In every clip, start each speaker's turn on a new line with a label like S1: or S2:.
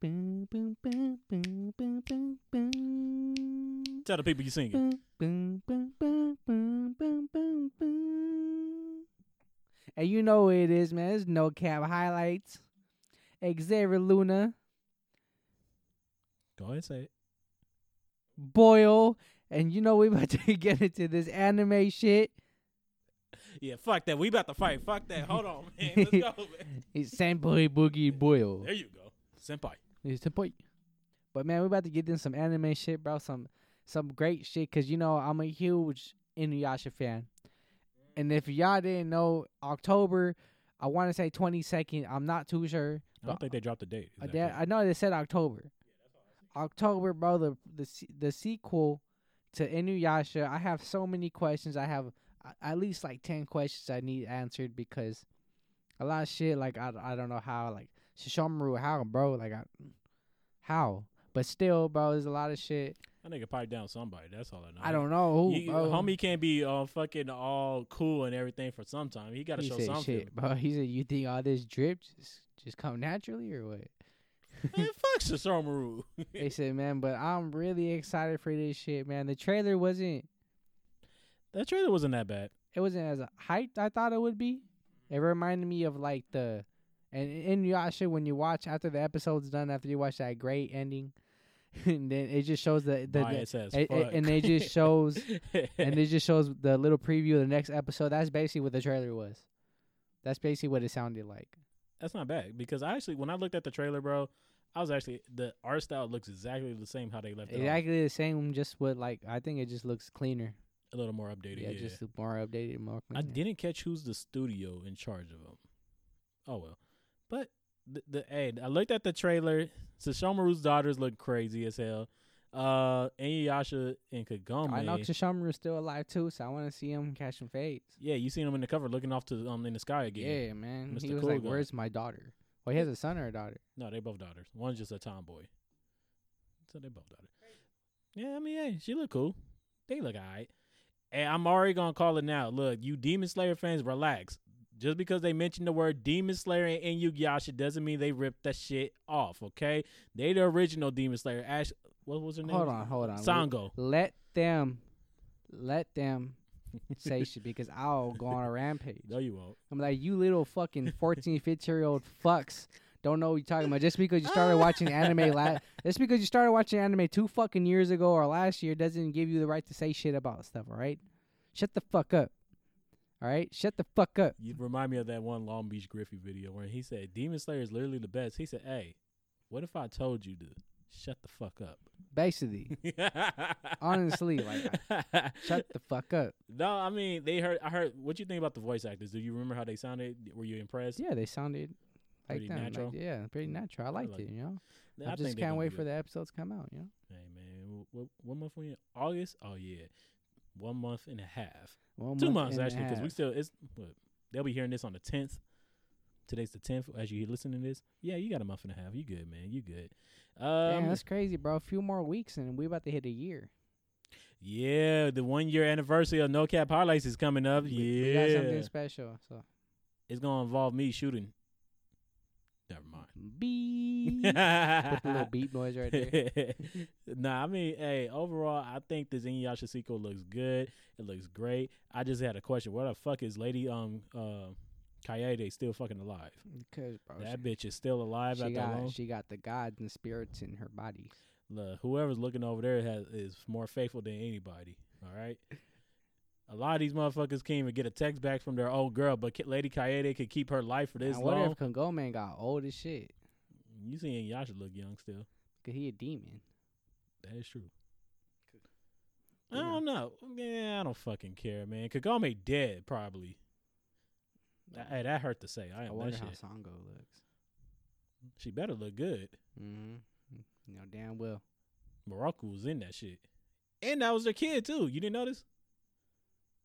S1: boom, boom, boom, boom, boom, boom.
S2: Tell the people you singing.
S1: Boom, boom, boom, boom, boom, boom, boom, boom. And you know who it is, man. It's no cap highlights. Xavier Luna,
S2: Go ahead and say it.
S1: Boyle, and you know we about to get into this anime shit.
S2: Yeah, fuck that. We about to fight. Fuck that. Hold on, man. Let's go, man.
S1: It's Senpai Boogie Boyle.
S2: There you go. Senpai.
S1: It's Senpai. But man, we about to get in some anime shit, bro. Some some great shit, cause you know I'm a huge Inuyasha fan. And if y'all didn't know, October, I want to say 22nd. I'm not too sure.
S2: I don't think they dropped the date.
S1: Uh, they- I know they said October. October, bro. The the se- the sequel to Inuyasha. I have so many questions. I have a- at least like ten questions I need answered because a lot of shit. Like I, I don't know how. Like Shishamaru, how, bro? Like I, how? But still, bro, there's a lot of shit.
S2: That nigga pipe down somebody. That's all I know.
S1: I don't know who,
S2: You-
S1: bro.
S2: homie can't be uh, fucking all cool and everything for some time. He got to
S1: he
S2: show
S1: said,
S2: some
S1: shit,
S2: feeling.
S1: bro. He said, you think all this drip just just come naturally or what?
S2: Man, fuck Sasamaru.
S1: they said, man, but I'm really excited for this shit, man. The trailer wasn't
S2: that trailer wasn't that bad.
S1: it wasn't as hyped I thought it would be. It
S2: Mm-hmm.
S1: reminded me of like the and in Yasha when you watch after the episode's done after you watch that great ending, and then it just shows the the, the-
S2: Bias as
S1: it- it-
S2: fuck.
S1: and they just shows and
S2: and
S1: it just shows the little preview of the next episode. That's basically what the trailer was. That's basically what it sounded like.
S2: that's not bad because I actually when I looked at the trailer, bro, I was actually the art style looks exactly the same how they left it. off.
S1: Exactly the same, just with like I think it just looks cleaner.
S2: A little more updated.
S1: Yeah,
S2: Yeah,
S1: just more updated, more.
S2: I
S1: Cleaner.
S2: didn't catch who's the studio in charge of them. Oh well, but the the hey, I looked at the trailer. Sashomaru's daughters look crazy as hell. Uh, Inuyasha and Kagome.
S1: I know Kishamaru is still alive too, so I want to see him catch some fades.
S2: Yeah, you seen him in the cover looking off to um in the sky again.
S1: Yeah, man. He
S2: Mr.
S1: was
S2: Cool
S1: like,
S2: Guy.
S1: "Where's my daughter?" Well, he has a son or a daughter.
S2: No, they both daughters. One's just a tomboy. So they both daughters. Yeah, I mean, hey, she look cool. They look alright. And I'm already gonna call it now. Look, you Demon Slayer fans, relax. Just because they mentioned the word Demon Slayer and Inuyasha doesn't mean they ripped that shit off. Okay, they the original Demon Slayer. Ash, what was her name?
S1: Hold on, hold on.
S2: Sango.
S1: Let them, let them say shit because I'll go on a rampage.
S2: No, you won't.
S1: I'm like, you little fucking 14, 15 year old fucks. Don't know what you're talking about. Just because you started watching anime last, just because you started watching anime two fucking years ago or last year doesn't give you the right to say shit about stuff. All right, shut the fuck up. All right, shut the fuck up.
S2: You remind me of that one Long Beach Griffey video where he said Demon Slayer is literally the best. He said, "Hey, what if I told you to shut the fuck up?"
S1: Basically, Honestly, like, shut the fuck up.
S2: no, I mean they heard. I heard. What you think about the voice actors? Do you remember how they sounded? Were you impressed?
S1: Yeah, they sounded like
S2: Pretty
S1: them. like,
S2: natural. Mm-hmm.
S1: yeah, pretty natural. I liked
S2: like
S1: it, you know.
S2: Nah,
S1: I,
S2: think
S1: just
S2: they
S1: can't
S2: gonna
S1: wait
S2: be
S1: for
S2: good.
S1: the episodes to come out, you know.
S2: Hey man, what, what month we in? August? Oh yeah, one month and a half,
S1: One
S2: two months
S1: month and a
S2: actually, because we
S1: half.
S2: still it's. What, they'll be hearing this on the tenth. Today's the tenth. As you listen to this, yeah, you got a month and a half. You good, man? You good?
S1: Damn,
S2: Um,
S1: that's crazy, bro. A few more weeks and we about to hit a year.
S2: yeah, the one year anniversary of No Cap Highlights is coming up.
S1: We-
S2: yeah,
S1: We got something special. So
S2: it's gonna involve me shooting. Never mind.
S1: beep. Put the little beep noise right there.
S2: nah, I mean, hey, overall, I think this Inuyasha sequel looks good. It looks great. I just had a question. Where the fuck is Lady um uh Kayede still fucking alive?
S1: Because bro,
S2: that bitch is still alive
S1: Oh,
S2: after
S1: she, she
S2: long.
S1: got she got the gods and spirits in her body.
S2: Look, whoever's looking over there has is more faithful than anybody. All right. A lot of these motherfuckers can't even get a text back from their old girl, but Ki- Lady Kayede could keep her life for this
S1: I wonder
S2: long.
S1: if Kongoman got old as shit.
S2: you see Inuyasha look young still.
S1: Cause he a demon.
S2: That is true.
S1: Yeah.
S2: I don't know. Yeah, I don't fucking care, man. Kagome dead, probably. That, hey, that hurt to say. I
S1: I
S2: am
S1: wonder
S2: that
S1: how
S2: shit.
S1: Sango looks.
S2: She better look good.
S1: Mm-hmm. You know damn well.
S2: Morocco was in that shit. And that was their kid, too. You didn't notice?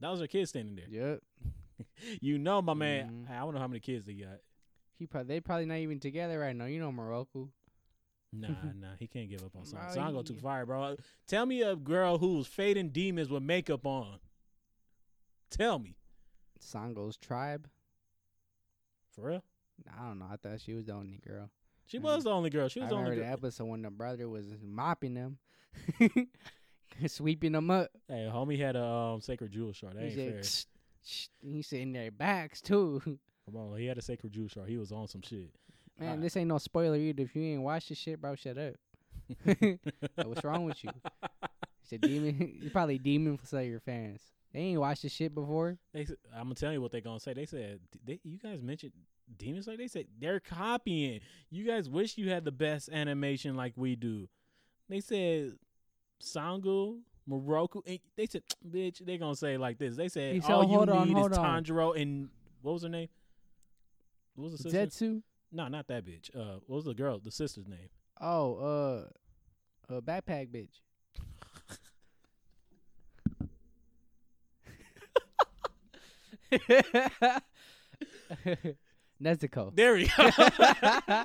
S2: That was their kid standing there.
S1: Yep.
S2: You know, my man.
S1: Mhm.
S2: I don't know how many kids they got.
S1: He probably they probably not even together right now. You know Morocco.
S2: Nah, nah, he can't give up on Sango.
S1: Bro,
S2: Sango
S1: he-
S2: too fire, bro. Tell me a girl who's fading demons with makeup on. Tell me.
S1: Sango's tribe.
S2: For real?
S1: I don't know. I thought she was the only girl.
S2: She was the only girl. She
S1: I
S2: was the only
S1: remember the
S2: girl.
S1: episode when the brother was mopping them, sweeping them up.
S2: Hey, homie had a um, sacred jewel shard. That
S1: He
S2: ain't fair.
S1: said, "Tsk, tsk," he said in their backs too.
S2: Come on, he had a sacred jewel shard. He was on some shit.
S1: Man,
S2: Alright.
S1: this ain't no spoiler either. If you ain't watched this shit, bro, shut up. Like, what's wrong with you? It's a demon. It's probably demon slayer fans. They ain't watched this shit before.
S2: They, s- I'm gonna tell you what they gonna say. They said "D- they, you guys mentioned Demon Slayer. They said they're copying. You guys wish you had the best animation like we do. They said Sangu, Moroku. And they said bitch. They gonna say it like this. They said
S1: Hey, so
S2: all you
S1: hold on,
S2: need
S1: hold
S2: is
S1: on.
S2: Tanjiro and what was her name? What was the sister?
S1: Zetsu.
S2: no, not that bitch. Uh, what was the girl? The sister's name.
S1: Oh, uh, a backpack bitch. Nezuko.
S2: There we go.
S1: oh,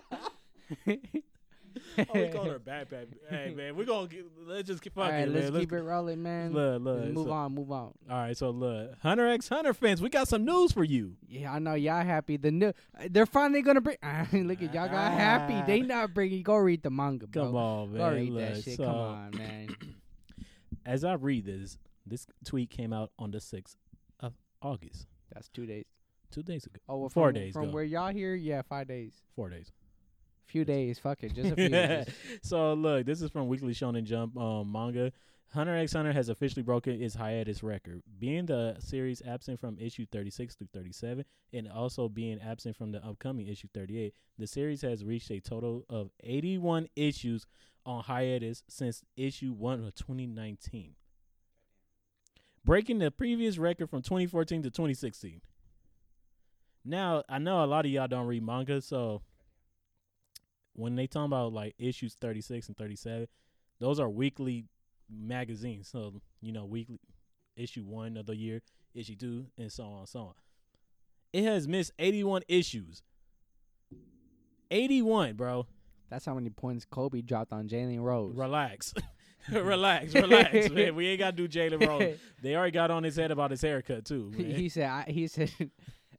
S2: oh, we called her backpack. Hey man, we gonna get, let's just keep
S1: All
S2: fucking.
S1: right, let's
S2: let's
S1: keep it rolling, man.
S2: Look, look,
S1: Let's
S2: it's
S1: move
S2: a-
S1: on, move on.
S2: All right, so look, Hunter X Hunter fans, we got some news for you.
S1: Yeah, I know y'all happy. The new, they're finally gonna bring. look at y'all got happy. They not bringing. Go read the manga, bro.
S2: Ah. Come on, man.
S1: go read
S2: Look,
S1: that shit.
S2: so,
S1: Come on, man.
S2: As I read this, this tweet came out on the sixth of August,
S1: That's two days.
S2: two days ago,
S1: Oh, well,
S2: Four
S1: from,
S2: days
S1: from
S2: ago.
S1: where y'all here. Yeah, five days.
S2: four days.
S1: Few days. Fuck it, just a few days.
S2: so look, this is from Weekly Shonen Jump um, manga. Hunter X Hunter has officially broken its hiatus record, being the series absent from issue 36 through 37, and also being absent from the upcoming issue 38. The series has reached a total of 81 issues on hiatus since issue one of 2019, breaking the previous record from 2014 to 2016. Now I know a lot of y'all don't read manga, so when they talk about like issues 36 and 37 those are weekly magazines so you know weekly issue one of the year issue two and so on and so on it has missed 81 issues 81 bro
S1: That's how many points Kobe dropped on Jalen Rose.
S2: relax relax relax man we ain't gotta do jalen rose they already got on his head about his haircut too
S1: He-
S2: man.
S1: he said I, he said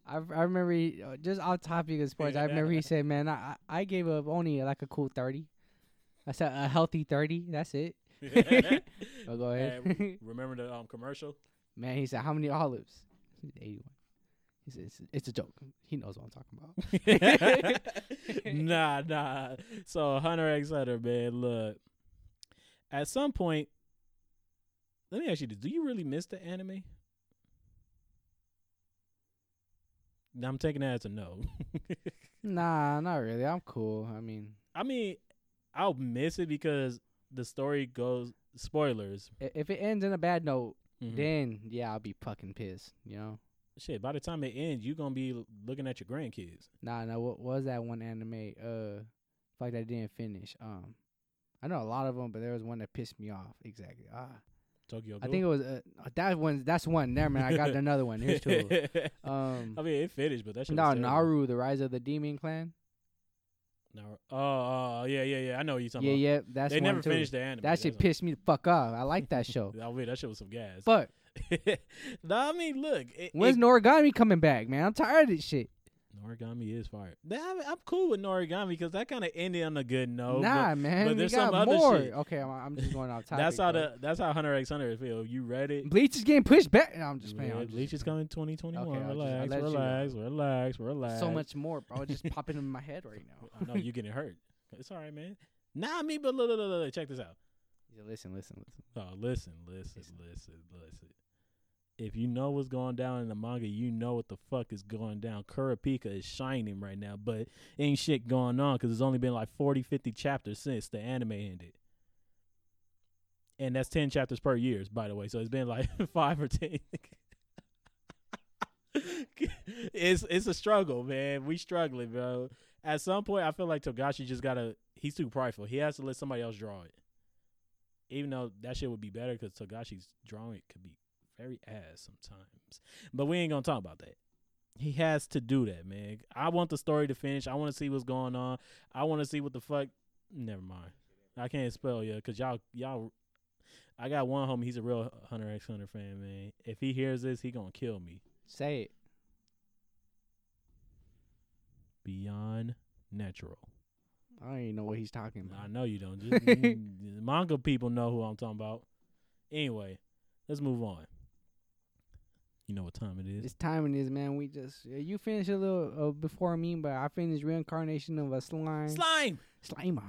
S1: I, I remember he, uh, just off topic of sports i remember he said man I, I I gave up only like a cool 30 i said a healthy 30 that's it but go ahead
S2: Hey, remember the um commercial
S1: man he said how many olives I said, 81 he said it's, it's a joke he knows what i'm talking about
S2: nah, nah. So Hunter X Hunter, man, look. At some point, let me ask you this: Do you really miss the anime? Now, I'm taking that as a no.
S1: nah not really i'm cool i mean
S2: I mean, I'll miss it because the story goes spoilers.
S1: i- if it ends in a bad note
S2: Mhm.
S1: then yeah i'll be fucking pissed you know
S2: Shit, by the time it ends, you're gonna be l- looking at your grandkids.
S1: Nah, nah. What was that one anime? Uh, like that didn't finish. Um, I know a lot of them, but there was one that pissed me off. Exactly. Ah,
S2: Tokyo.
S1: I think it was uh, that one. That's one. Never mind. I got another one. Here's two. Um,
S2: I mean, it finished, but that shit.
S1: no,
S2: was terrible.
S1: Naru, the Rise of the Demon Clan.
S2: Naru. Oh, oh, yeah, yeah, yeah. I know what you're talking
S1: Yeah,
S2: about.
S1: yeah. That's
S2: they
S1: one
S2: never
S1: too.
S2: finished the anime.
S1: That shit
S2: That's
S1: pissed me the fuck off. I like that
S2: all.
S1: show.
S2: I mean, that shit was some gas.
S1: But
S2: nah, I mean, look, it,
S1: when's
S2: it-
S1: Noragami coming back, man? I'm tired of this shit.
S2: Norigami is fire. Nah, I am cool with Norigami because that kind of ended on a good note.
S1: nah, man.
S2: Oh, but
S1: we
S2: there's
S1: got
S2: some other
S1: more.
S2: shit.
S1: Okay, I'm, I'm just going off
S2: but
S1: topic.
S2: that's how
S1: bro.
S2: the that's how Hunter X Hunter feel. You read it.
S1: Bleach is getting pushed back. No, I'm just
S2: Yeah,
S1: playing. I'm just
S2: Bleach is coming 2021.
S1: Okay, I'll just- I'll
S2: relax,
S1: let you
S2: relax, relax, relax.
S1: so much more, bro. It's just popping in my head right now.
S2: I know you getting hurt. It's all right, man. Nah, I mean, but look, look, look, look, check this out.
S1: Yeah, listen, listen, listen.
S2: Oh, listen, listen,
S1: Listen.
S2: listen, listen. If you know what's going down in the manga, you know what the fuck is going down. Kurapika is shining right now, but ain't shit going on because it's only been like 40, 50 chapters since the anime ended. And that's 10 chapters per year, by the way. So it's been like five or 10. it's it's a struggle, man. We struggling, bro. At some point, I feel like Togashi just gotta. He's too prideful. He has to let somebody else draw it even though that shit would be better because Togashi's drawing could be very ass sometimes. But we ain't gonna talk about that. He has to do that, man. I want the story to finish. I want to see what's going on. I want to see what the fuck. Never mind. I can't spell yeah, cause y'all y'all. I got one homie. He's a real Hunter X Hunter fan, man. If he hears this, he gonna kill me.
S1: Say it.
S2: Beyond Natural.
S1: I don't even know what he's talking about.
S2: I know you don't. Just, mm, manga people know who I'm talking about. Anyway, let's move on. You know what time it is?
S1: It's time it is, man. We just yeah, you finished a little uh, before me, but I finished reincarnation of a slime.
S2: Slime.
S1: Slimer.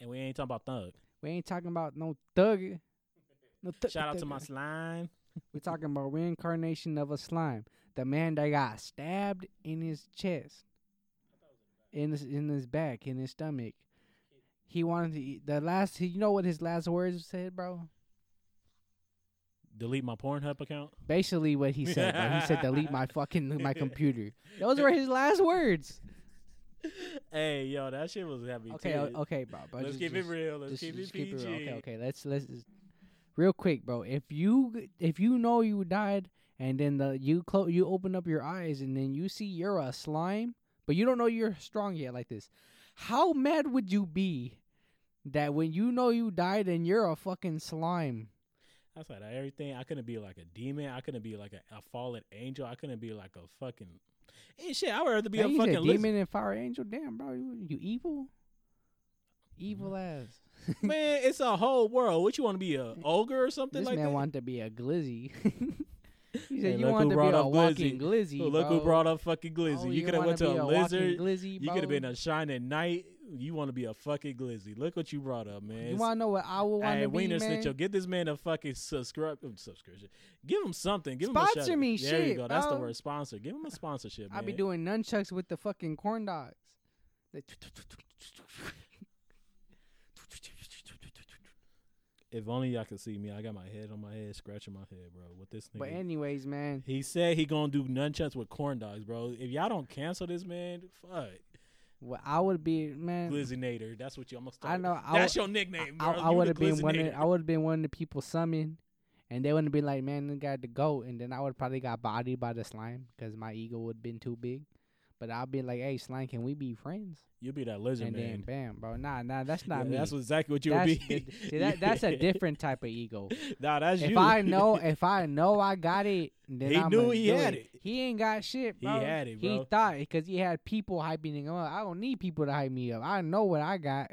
S2: And we ain't talking about thug.
S1: We ain't talking about no thug. No thug-
S2: Shout out to my
S1: thug.
S2: slime.
S1: We're talking about reincarnation of a slime, the man that got stabbed in his chest, in his in his back, in his stomach. He wanted to eat the last. You know what his last words said, bro?
S2: Delete my Pornhub account.
S1: Basically, what he said. bro. He said, "Delete my fucking my computer." Those were his last words.
S2: Hey, yo, that shit was heavy.
S1: Okay,
S2: too.
S1: o- okay, bro. bro
S2: Let's
S1: just-
S2: keep
S1: just-
S2: it real. Let's
S1: just-
S2: keep
S1: just
S2: it PG.
S1: real. Okay, okay. Let's let's just, real quick, bro. If you g- if you know you died and then the you clo- you open up your eyes and then you see you're a slime, but you don't know you're strong yet like this. How mad would you be that when you know you died and you're a fucking slime?
S2: That's like everything. I couldn't be like a demon. I couldn't be like a, a fallen angel. I couldn't be like a fucking. Hey, shit, I would rather be
S1: Hey,
S2: a
S1: you
S2: fucking
S1: said
S2: lizard.
S1: demon and fire angel. Damn, bro, you, you evil, Mm-hmm. evil ass.
S2: Man, it's a whole world. What you want to be a ogre or something
S1: This
S2: like
S1: man
S2: that?
S1: wanted to be a glizzy. he
S2: Hey,
S1: said
S2: look
S1: you
S2: who
S1: wanted to be
S2: brought
S1: a
S2: up
S1: walking glizzy.
S2: Oh, Look who
S1: bro.
S2: brought up fucking glizzy.
S1: Oh,
S2: you could have
S1: wanna
S2: went to
S1: be
S2: a
S1: walking
S2: lizard.
S1: glizzy,
S2: You could have been
S1: bro?
S2: a shining knight. You want to be a fucking glizzy. Look what you brought up, man.
S1: You want to know what I would want
S2: Hey,
S1: to be,
S2: Wiener
S1: man?
S2: Snitchel, get this man a fucking subscribe subscription. Give him something. Give him a
S1: Sponsor
S2: shout-
S1: me,
S2: There you
S1: shit,
S2: go. That's the
S1: bro.
S2: word. Sponsor. Give him a sponsorship.
S1: I'll be
S2: man.
S1: doing nunchucks with the fucking corn dogs. Like,
S2: If only y'all could see me. I got my head on my head, scratching my head, bro. With this nigga.
S1: But anyways, man,
S2: he said he gonna do nunchucks with corn dogs, bro. If y'all don't cancel this man, fuck
S1: what I would be, man.
S2: Glizzy Nader. That's what you almost.
S1: I know. I
S2: That's
S1: would-
S2: your nickname,
S1: I,
S2: bro.
S1: I
S2: You
S1: would
S2: the
S1: have been one.
S2: Glizzy
S1: Of,
S2: Nader.
S1: I would have been one of the people summoned, and they wouldn't be like, man, they got the goat, and then I would probably got bodied by the slime because my ego would have been too big. But I'll be like, hey, slime, can we be friends?
S2: You'll be that lizard
S1: And
S2: man.
S1: then, bam, bro, nah, nah, that's not
S2: Yeah,
S1: me.
S2: That's exactly what you
S1: That's
S2: would be.
S1: the- see, that, that's a different type of ego.
S2: nah, that's
S1: if
S2: you.
S1: I know if I know I got it, then
S2: He
S1: I'm
S2: knew he had it.
S1: He ain't got shit,
S2: He
S1: bro.
S2: had it,
S1: He
S2: bro.
S1: thought because he had people hyping him up. I don't need people to hype me up. I know what I got.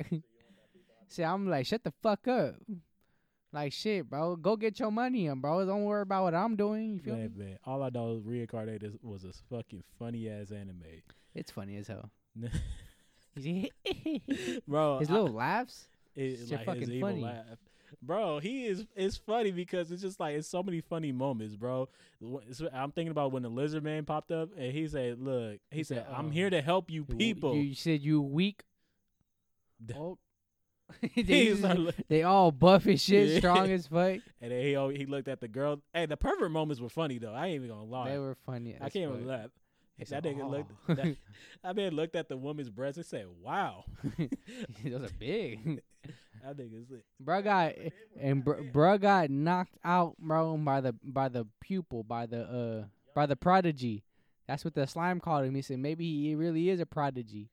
S1: See, I'm like, shut the fuck up. Like shit, bro. Go get your money, in, bro. Don't worry about what I'm doing. You feel
S2: Man,
S1: me?
S2: man, all I know is reincarnated was a fucking funny ass anime,
S1: It's funny as hell. He's-
S2: bro.
S1: His
S2: I-
S1: little laughs.
S2: it-
S1: shit
S2: like, his
S1: fucking
S2: evil
S1: funny.
S2: laugh. Bro, he is. It's funny because it's just like it's so many funny moments, bro. Wh- so I'm thinking about when the lizard man popped up and he said, "Look," he,
S1: He
S2: said,
S1: said,
S2: "I'm
S1: um,
S2: here to help you,
S1: You-
S2: people."
S1: You, said you weak.
S2: D-
S1: Oh.
S2: He
S1: they,
S2: was like, "Look-"
S1: they all buff as shit,
S2: Yeah.
S1: strong as fuck.
S2: and then he al- he looked at the girl. Hey, the pervert moments were funny though. I ain't even gonna lie.
S1: They were funny.
S2: I
S1: as
S2: can't
S1: fuck.
S2: even laugh.
S1: It's
S2: that
S1: a-
S2: nigga looked.
S1: oh.
S2: That, I man looked at the woman's breasts and said, "Wow,
S1: Those are big.
S2: that nigga's lit."
S1: Bro got and br- bro got knocked out, bro, by the by the pupil, by the uh by the prodigy. That's what the slime called him. He said maybe he really is a prodigy.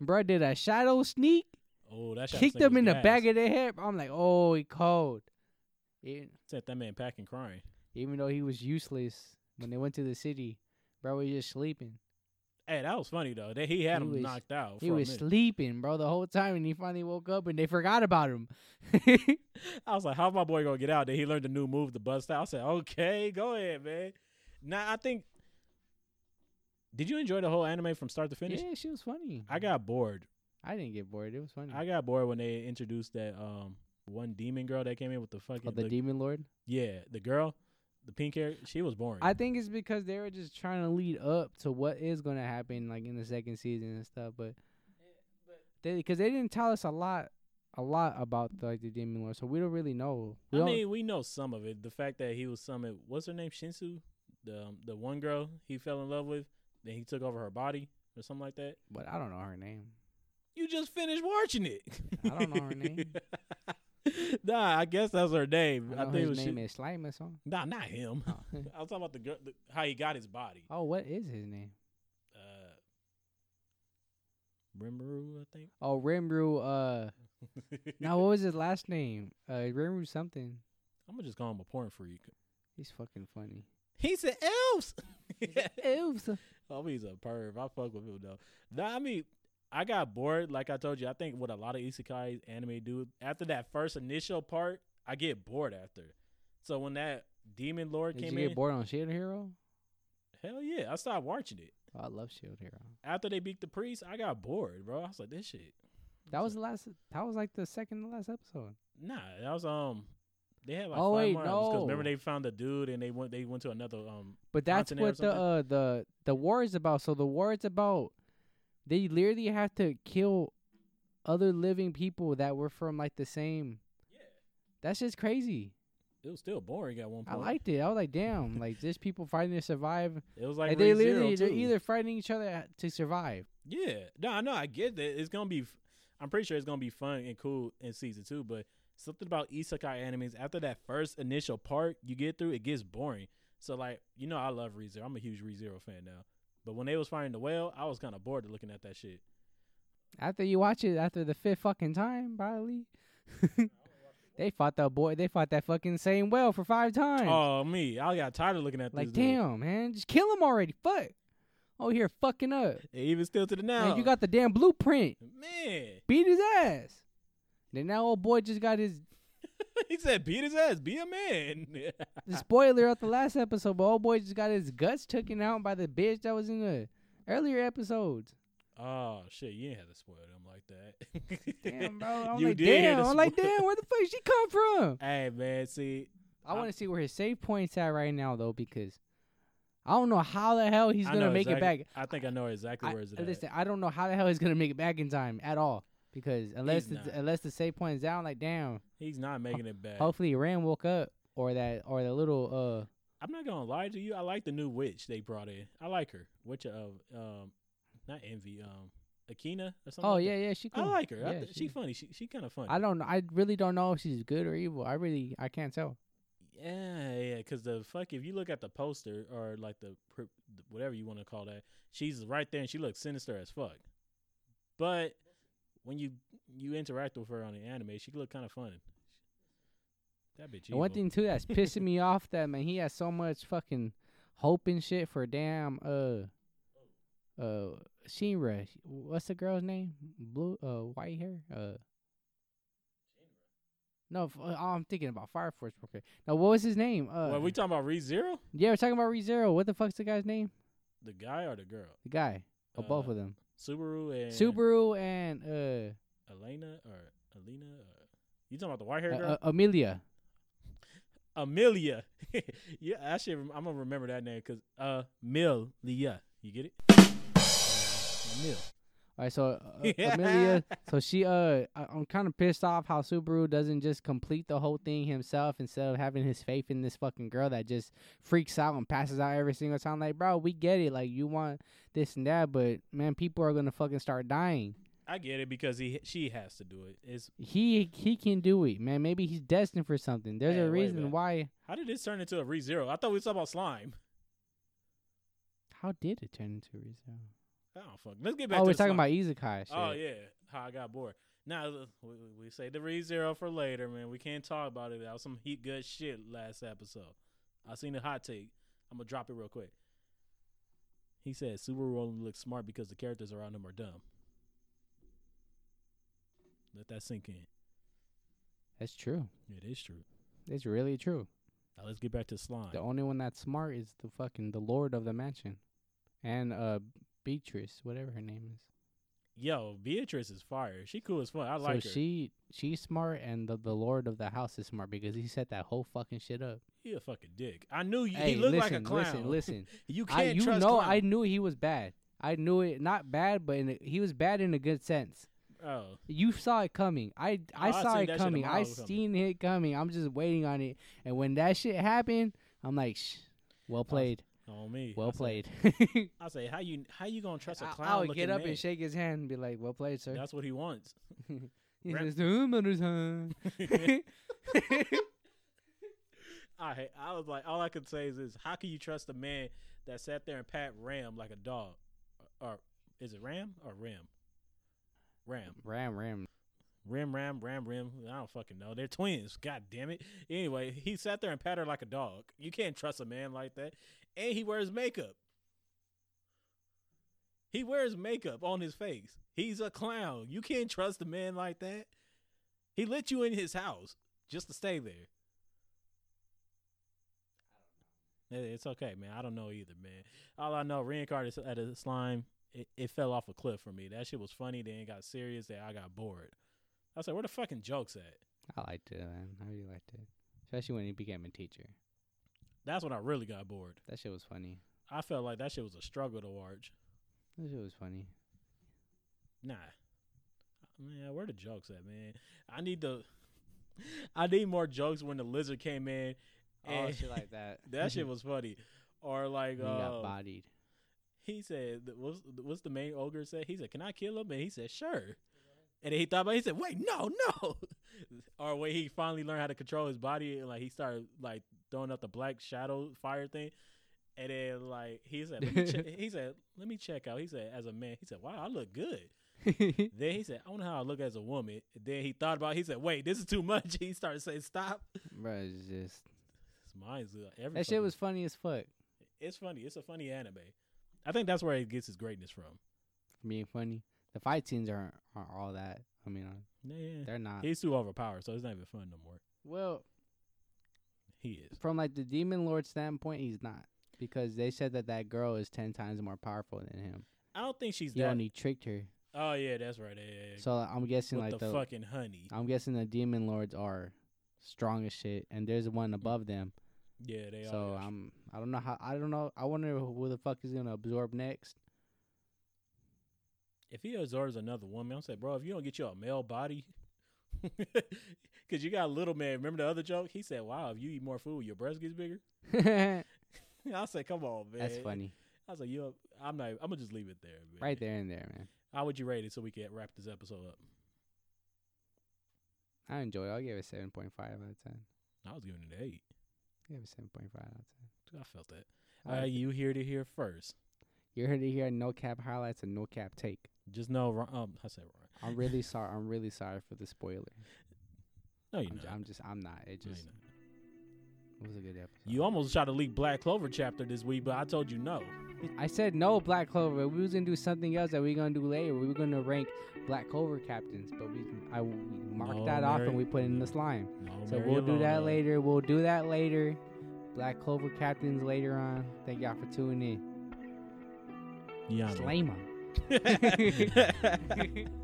S1: Bro did a shadow sneak,
S2: Oh, that shot
S1: kicked
S2: slick
S1: him
S2: was
S1: in the
S2: gas.
S1: back of the head. I'm like, oh, he cold. E-
S2: Sent that man packing, crying.
S1: even though he was useless when they went to the city, bro was just sleeping.
S2: Hey, that was funny though. That he had
S1: He
S2: him
S1: was-
S2: knocked out.
S1: He
S2: for a
S1: was
S2: minute.
S1: sleeping, bro, the whole time, and he finally woke up and they forgot about him.
S2: I was like, "How's my boy gonna get out?" Then he learned a new move, the bust out. I said, "Okay, go ahead, man." Now I think. Did you enjoy the whole anime from start to finish?
S1: yeah, she was funny.
S2: I got bored.
S1: I didn't get bored. It was funny.
S2: I got bored when they introduced that um one demon girl that came in with the fucking
S1: Oh, the
S2: the-
S1: Demon Lord.
S2: yeah the girl, the pink hair. She was boring.
S1: I think it's because they were just trying to lead up to what is going to happen, like in the second season and stuff. But they, because they didn't tell us a lot, a lot about the, like the Demon Lord, so we don't really know. We
S2: I
S1: don't,
S2: mean, we know some of it. The fact that he was summoned, what's her name, Shinsu, the um, the one girl he fell in love with, then he took over her body or something like that.
S1: but I don't know her name.
S2: You just finished watching it.
S1: I don't know her name.
S2: nah, I guess that's her name.
S1: I
S2: I,
S1: know
S2: think it
S1: his
S2: was
S1: name
S2: Shin-
S1: is Slime or something.
S2: Nah, not him.
S1: Oh.
S2: I was talking about the girl, the, how he got his body.
S1: oh, what is his name?
S2: Uh, Rimuru, I think.
S1: Oh, Rimru. Uh, now what was his last name? Uh, Rimru something.
S2: I'm gonna just call him a porn freak.
S1: He's fucking funny.
S2: He said elves.
S1: Oops.
S2: Oh, he's a perv. I fuck with him though. Nah, I mean, I got bored. Like I told you, I think what a lot of isekai anime do after that first initial part, I get bored after. So when that demon lord
S1: Did
S2: came
S1: you
S2: in,
S1: get bored on Shield Hero?
S2: hell yeah, I stopped watching it.
S1: Oh, I love Shield Hero.
S2: After they beat the priest, I got bored, bro. I was like, this shit.
S1: That was the last. That was like the second to last episode.
S2: Nah, that was um. They had like
S1: Oh,
S2: five
S1: wait,
S2: miles 'cause
S1: no.
S2: remember they found the dude and they went they went to another um.
S1: But that's
S2: Continent or
S1: what the uh, the the war is about. So the war is about they literally have to kill other living people that were from like the same. That's just crazy.
S2: It was still boring at one
S1: I
S2: point.
S1: liked it. I was like, damn, like just people fighting to survive.
S2: it was like
S1: and they
S2: Re:Zero,
S1: literally they're
S2: too.
S1: either fighting each other at- to survive.
S2: Yeah, no, I know. I get that. It's gonna be. f- I'm pretty sure it's gonna be fun and cool in season two. But something about isekai animes after that first initial part you get through, it gets boring. So like, you know, I love Rezero. I'm a huge Rezero fan now. But when they was fighting the whale, I was kind of bored of looking at that shit.
S1: After you watch it, after the fifth fucking time, probably. they fought that boy. They fought that fucking same whale for five times.
S2: Oh me, I got tired of looking at
S1: Like,
S2: this. dude.
S1: damn, man, just kill him already. Fuck. Oh, here fucking up.
S2: And Even still to the now,
S1: Man, you got the damn blueprint.
S2: man.
S1: Beat his ass. Then now old boy just got his
S2: he said, beat his ass, be a man.
S1: the spoiler at the last episode, but old boy just got his guts taken out by the bitch that was in the earlier episodes.
S2: oh shit, you ain't have to spoil them like that.
S1: Damn, bro. I'm
S2: You
S1: like,
S2: did hear
S1: damn.
S2: the
S1: I'm like,
S2: spoil-
S1: damn, where the fuck she come from?
S2: Hey man, see,
S1: I
S2: I'm-
S1: want to see where his save points at right now though, because I don't know how the hell he's
S2: I
S1: gonna
S2: know
S1: make
S2: exactly-
S1: it back.
S2: I think I know exactly
S1: I,
S2: where it's at.
S1: listen, I don't know how the hell he's gonna make it back in time at all. Because unless the,
S2: not.
S1: unless the save point is down, like damn,
S2: He's not making it back.
S1: hopefully Ram woke up or that or the little uh
S2: I'm not gonna lie to you. I like the new witch they brought in. I like her. Witch of um, not envy. Um, Akina or something.
S1: oh
S2: like
S1: yeah
S2: that.
S1: yeah she cool.
S2: I like her. I
S1: Yeah,
S2: th- she, funny. She she kind of funny.
S1: I don't know. I really don't know if she's good or evil. I really I can't tell.
S2: yeah, yeah. Because the fuck, if you look at the poster or like the pr- whatever you want to call that, she's right there and she looks sinister as fuck. But when you you interact with her on the anime, she look kind of fun. That bitch.
S1: And one
S2: evil.
S1: thing too that's pissing me off that man he has so much fucking hope and shit for damn uh uh Shinra. What's the girl's name? Blue uh white hair uh. No, f- uh, I'm thinking about Fire Force. Okay, now what was his name? Uh,
S2: What, we talking about ReZero?
S1: yeah, we're talking about ReZero. What the fuck's the guy's name?
S2: The guy or the girl?
S1: The guy, or Oh, both
S2: Uh,
S1: of them,
S2: Subaru and
S1: Subaru and uh
S2: Elena or Alina? Or, you talking about the white hair
S1: Uh,
S2: girl?
S1: uh, Amelia.
S2: Amelia. yeah, I should. Rem- I'm gonna remember that name because uh, Milia. You get it? Mil.
S1: All right, so uh, Amelia. So she, uh, I, I'm kind of pissed off how Subaru doesn't just complete the whole thing himself instead of having his faith in this fucking girl that just freaks out and passes out every single time. Like, bro, we get it. Like, you want this and that, but man, people are gonna fucking start dying.
S2: I get it because he she has to do it. It's
S1: He he can do it, man. Maybe he's destined for something. There's
S2: Hey, wait
S1: a
S2: a
S1: reason
S2: minute.
S1: why.
S2: how did this turn into a ReZero? I thought we was talking about slime.
S1: How did it turn into Rizzo?
S2: Oh fuck. Let's get back.
S1: Oh,
S2: to
S1: we're
S2: the
S1: talking
S2: slime.
S1: about Izakai. Shit.
S2: Oh yeah, how I got bored. Now nah, we, we- we say the ReZero for later, man. We can't talk about it. That was some heat good shit last episode. I seen the hot take. I'm gonna drop it real quick. He said Subaru only looks smart because the characters around him are dumb. Let that sink in.
S1: That's true.
S2: It is true.
S1: It's really true.
S2: Now let's get back to slime.
S1: The only one that's smart is the fucking the lord of the mansion, and uh Beatrice, whatever her name is.
S2: Yo, Beatrice is fire. She cool as fuck. I like
S1: so
S2: her.
S1: she she's smart, and the the lord of the house is smart because he set that whole fucking shit up.
S2: he a fucking dick. I knew you,
S1: hey,
S2: he looked
S1: listen,
S2: like a clown.
S1: listen, listen.
S2: you can't
S1: I you
S2: trust
S1: know
S2: clown.
S1: I knew he was bad. I knew it not bad, but in a, he was bad in a good sense.
S2: oh,
S1: You saw it coming. I I
S2: I
S1: saw
S2: seen
S1: it
S2: that shit a
S1: coming.
S2: mile
S1: I
S2: coming.
S1: seen it coming. I'm just waiting on it. And when that shit happened, I'm like, Shh, well played,
S2: on me. I
S1: well
S2: said,
S1: played.
S2: I say, how you how you gonna trust a
S1: I-
S2: clown?
S1: I would
S2: looking
S1: get up
S2: man?
S1: and shake his hand and be like, "Well played, sir."
S2: That's what he wants.
S1: He
S2: Rap-
S1: says, "The homeowner's hand."
S2: I ha- I was like, all I could say is, this: how can you trust a man that sat there and pat Ram like a dog? Or, or is it Ram or Ram? Ram,
S1: Ram, ram.
S2: Rim, Ram, Ram, Rim. I don't fucking know. They're twins. God damn it. Anyway, he sat there and pat her like a dog. You can't trust a man like that. And he wears makeup. He wears makeup on his face. He's a clown. You can't trust a man like that. He let you in his house just to stay there. It- It's okay, man. I don't know either, man. All I know, reincarnated at a slime, it, it fell off a cliff for me. That shit was funny, then it got serious, then I got bored. I said, where the fucking jokes at?
S1: I liked it, man. I really liked it, especially when he became a teacher.
S2: That's when I really got bored.
S1: That shit was funny.
S2: I felt like that shit was a struggle to watch.
S1: That shit was funny.
S2: Nah. Man, where the jokes at, man? I need the I need more jokes when the lizard came in.
S1: Oh,
S2: And-
S1: shit like that.
S2: Eh, That shit was funny. Or like
S1: He got
S2: uh,
S1: bodied.
S2: he said th- what's what's the main ogre said? He said, Can I kill him? And he said, Sure. And then he thought about it, he said, Wait, no, no Or when he finally learned how to control his body and like he started like throwing up the black shadow fire thing. And then like he said, Let me check he said, Let me check out. He said, as a man, he said, Wow, I look good. Then he said, I wonder how I look as a woman. Then he thought about it. He said, Wait, this is too much. He started saying, Stop.
S1: Bro, it's just
S2: His mind's uh, every
S1: that shit
S2: fucking-
S1: was funny as fuck.
S2: It's funny. It's a funny anime. I think that's where it gets its greatness from.
S1: Being funny. The fight scenes aren't, aren't all that. I mean, uh,
S2: Yeah, yeah.
S1: they're not.
S2: He's too overpowered, so it's not even fun no more.
S1: Well,
S2: He is.
S1: from like the demon lord standpoint, he's not because they said that that girl is ten times more powerful than him.
S2: I don't think she's
S1: He
S2: that.
S1: only tricked her.
S2: oh yeah, that's right. Yeah, yeah, yeah.
S1: So I'm guessing
S2: With
S1: like Uh,
S2: the,
S1: the,
S2: fucking honey.
S1: I'm guessing the demon lords are strong as shit, and there's
S2: Mm.
S1: one above them.
S2: Yeah, they
S1: So
S2: are.
S1: I'm I don't know how I don't know I wonder who the fuck is gonna absorb next.
S2: if he absorbs another woman, I'm saying, bro, if you don't get you a male body, because you got a little man. Remember the other joke? He said, "Wow, if you eat more food, your breast gets bigger."
S1: That's
S2: I said, "Come on, man."
S1: funny.
S2: I was like, "You, I'm not. I'm gonna just leave it there, man.
S1: Right there and there, man.
S2: How would you rate it so we can wrap this episode up?
S1: I enjoyed. it. I'll give it seven point five out of ten.
S2: I was giving it an eight.
S1: Give it seven point five out of
S2: I felt that.
S1: ten.
S2: Uh, you hear to hear first.
S1: you heard it here. No cap highlights and no cap take.
S2: Just know, Ron- um, I said Ron.
S1: I'm really sorry. I'm really sorry for the spoiler.
S2: No, you're
S1: I'm,
S2: not.
S1: j- I'm just. I'm not. It
S2: No, you're
S1: just
S2: not.
S1: it was a good episode.
S2: You almost tried to leak Black Clover chapter this week, but I told you no.
S1: I said no Black Clover. We was gonna do something else that we gonna do later. We were gonna rank Black Clover captains, but we I we marked
S2: No,
S1: that off and
S2: Mary.
S1: we put it in the slime.
S2: No,
S1: So
S2: Mary
S1: we'll do that
S2: Alona.
S1: later. We'll do that later. Black Clover captains later on. Thank y'all for tuning in.
S2: Yana.
S1: Slay 'em.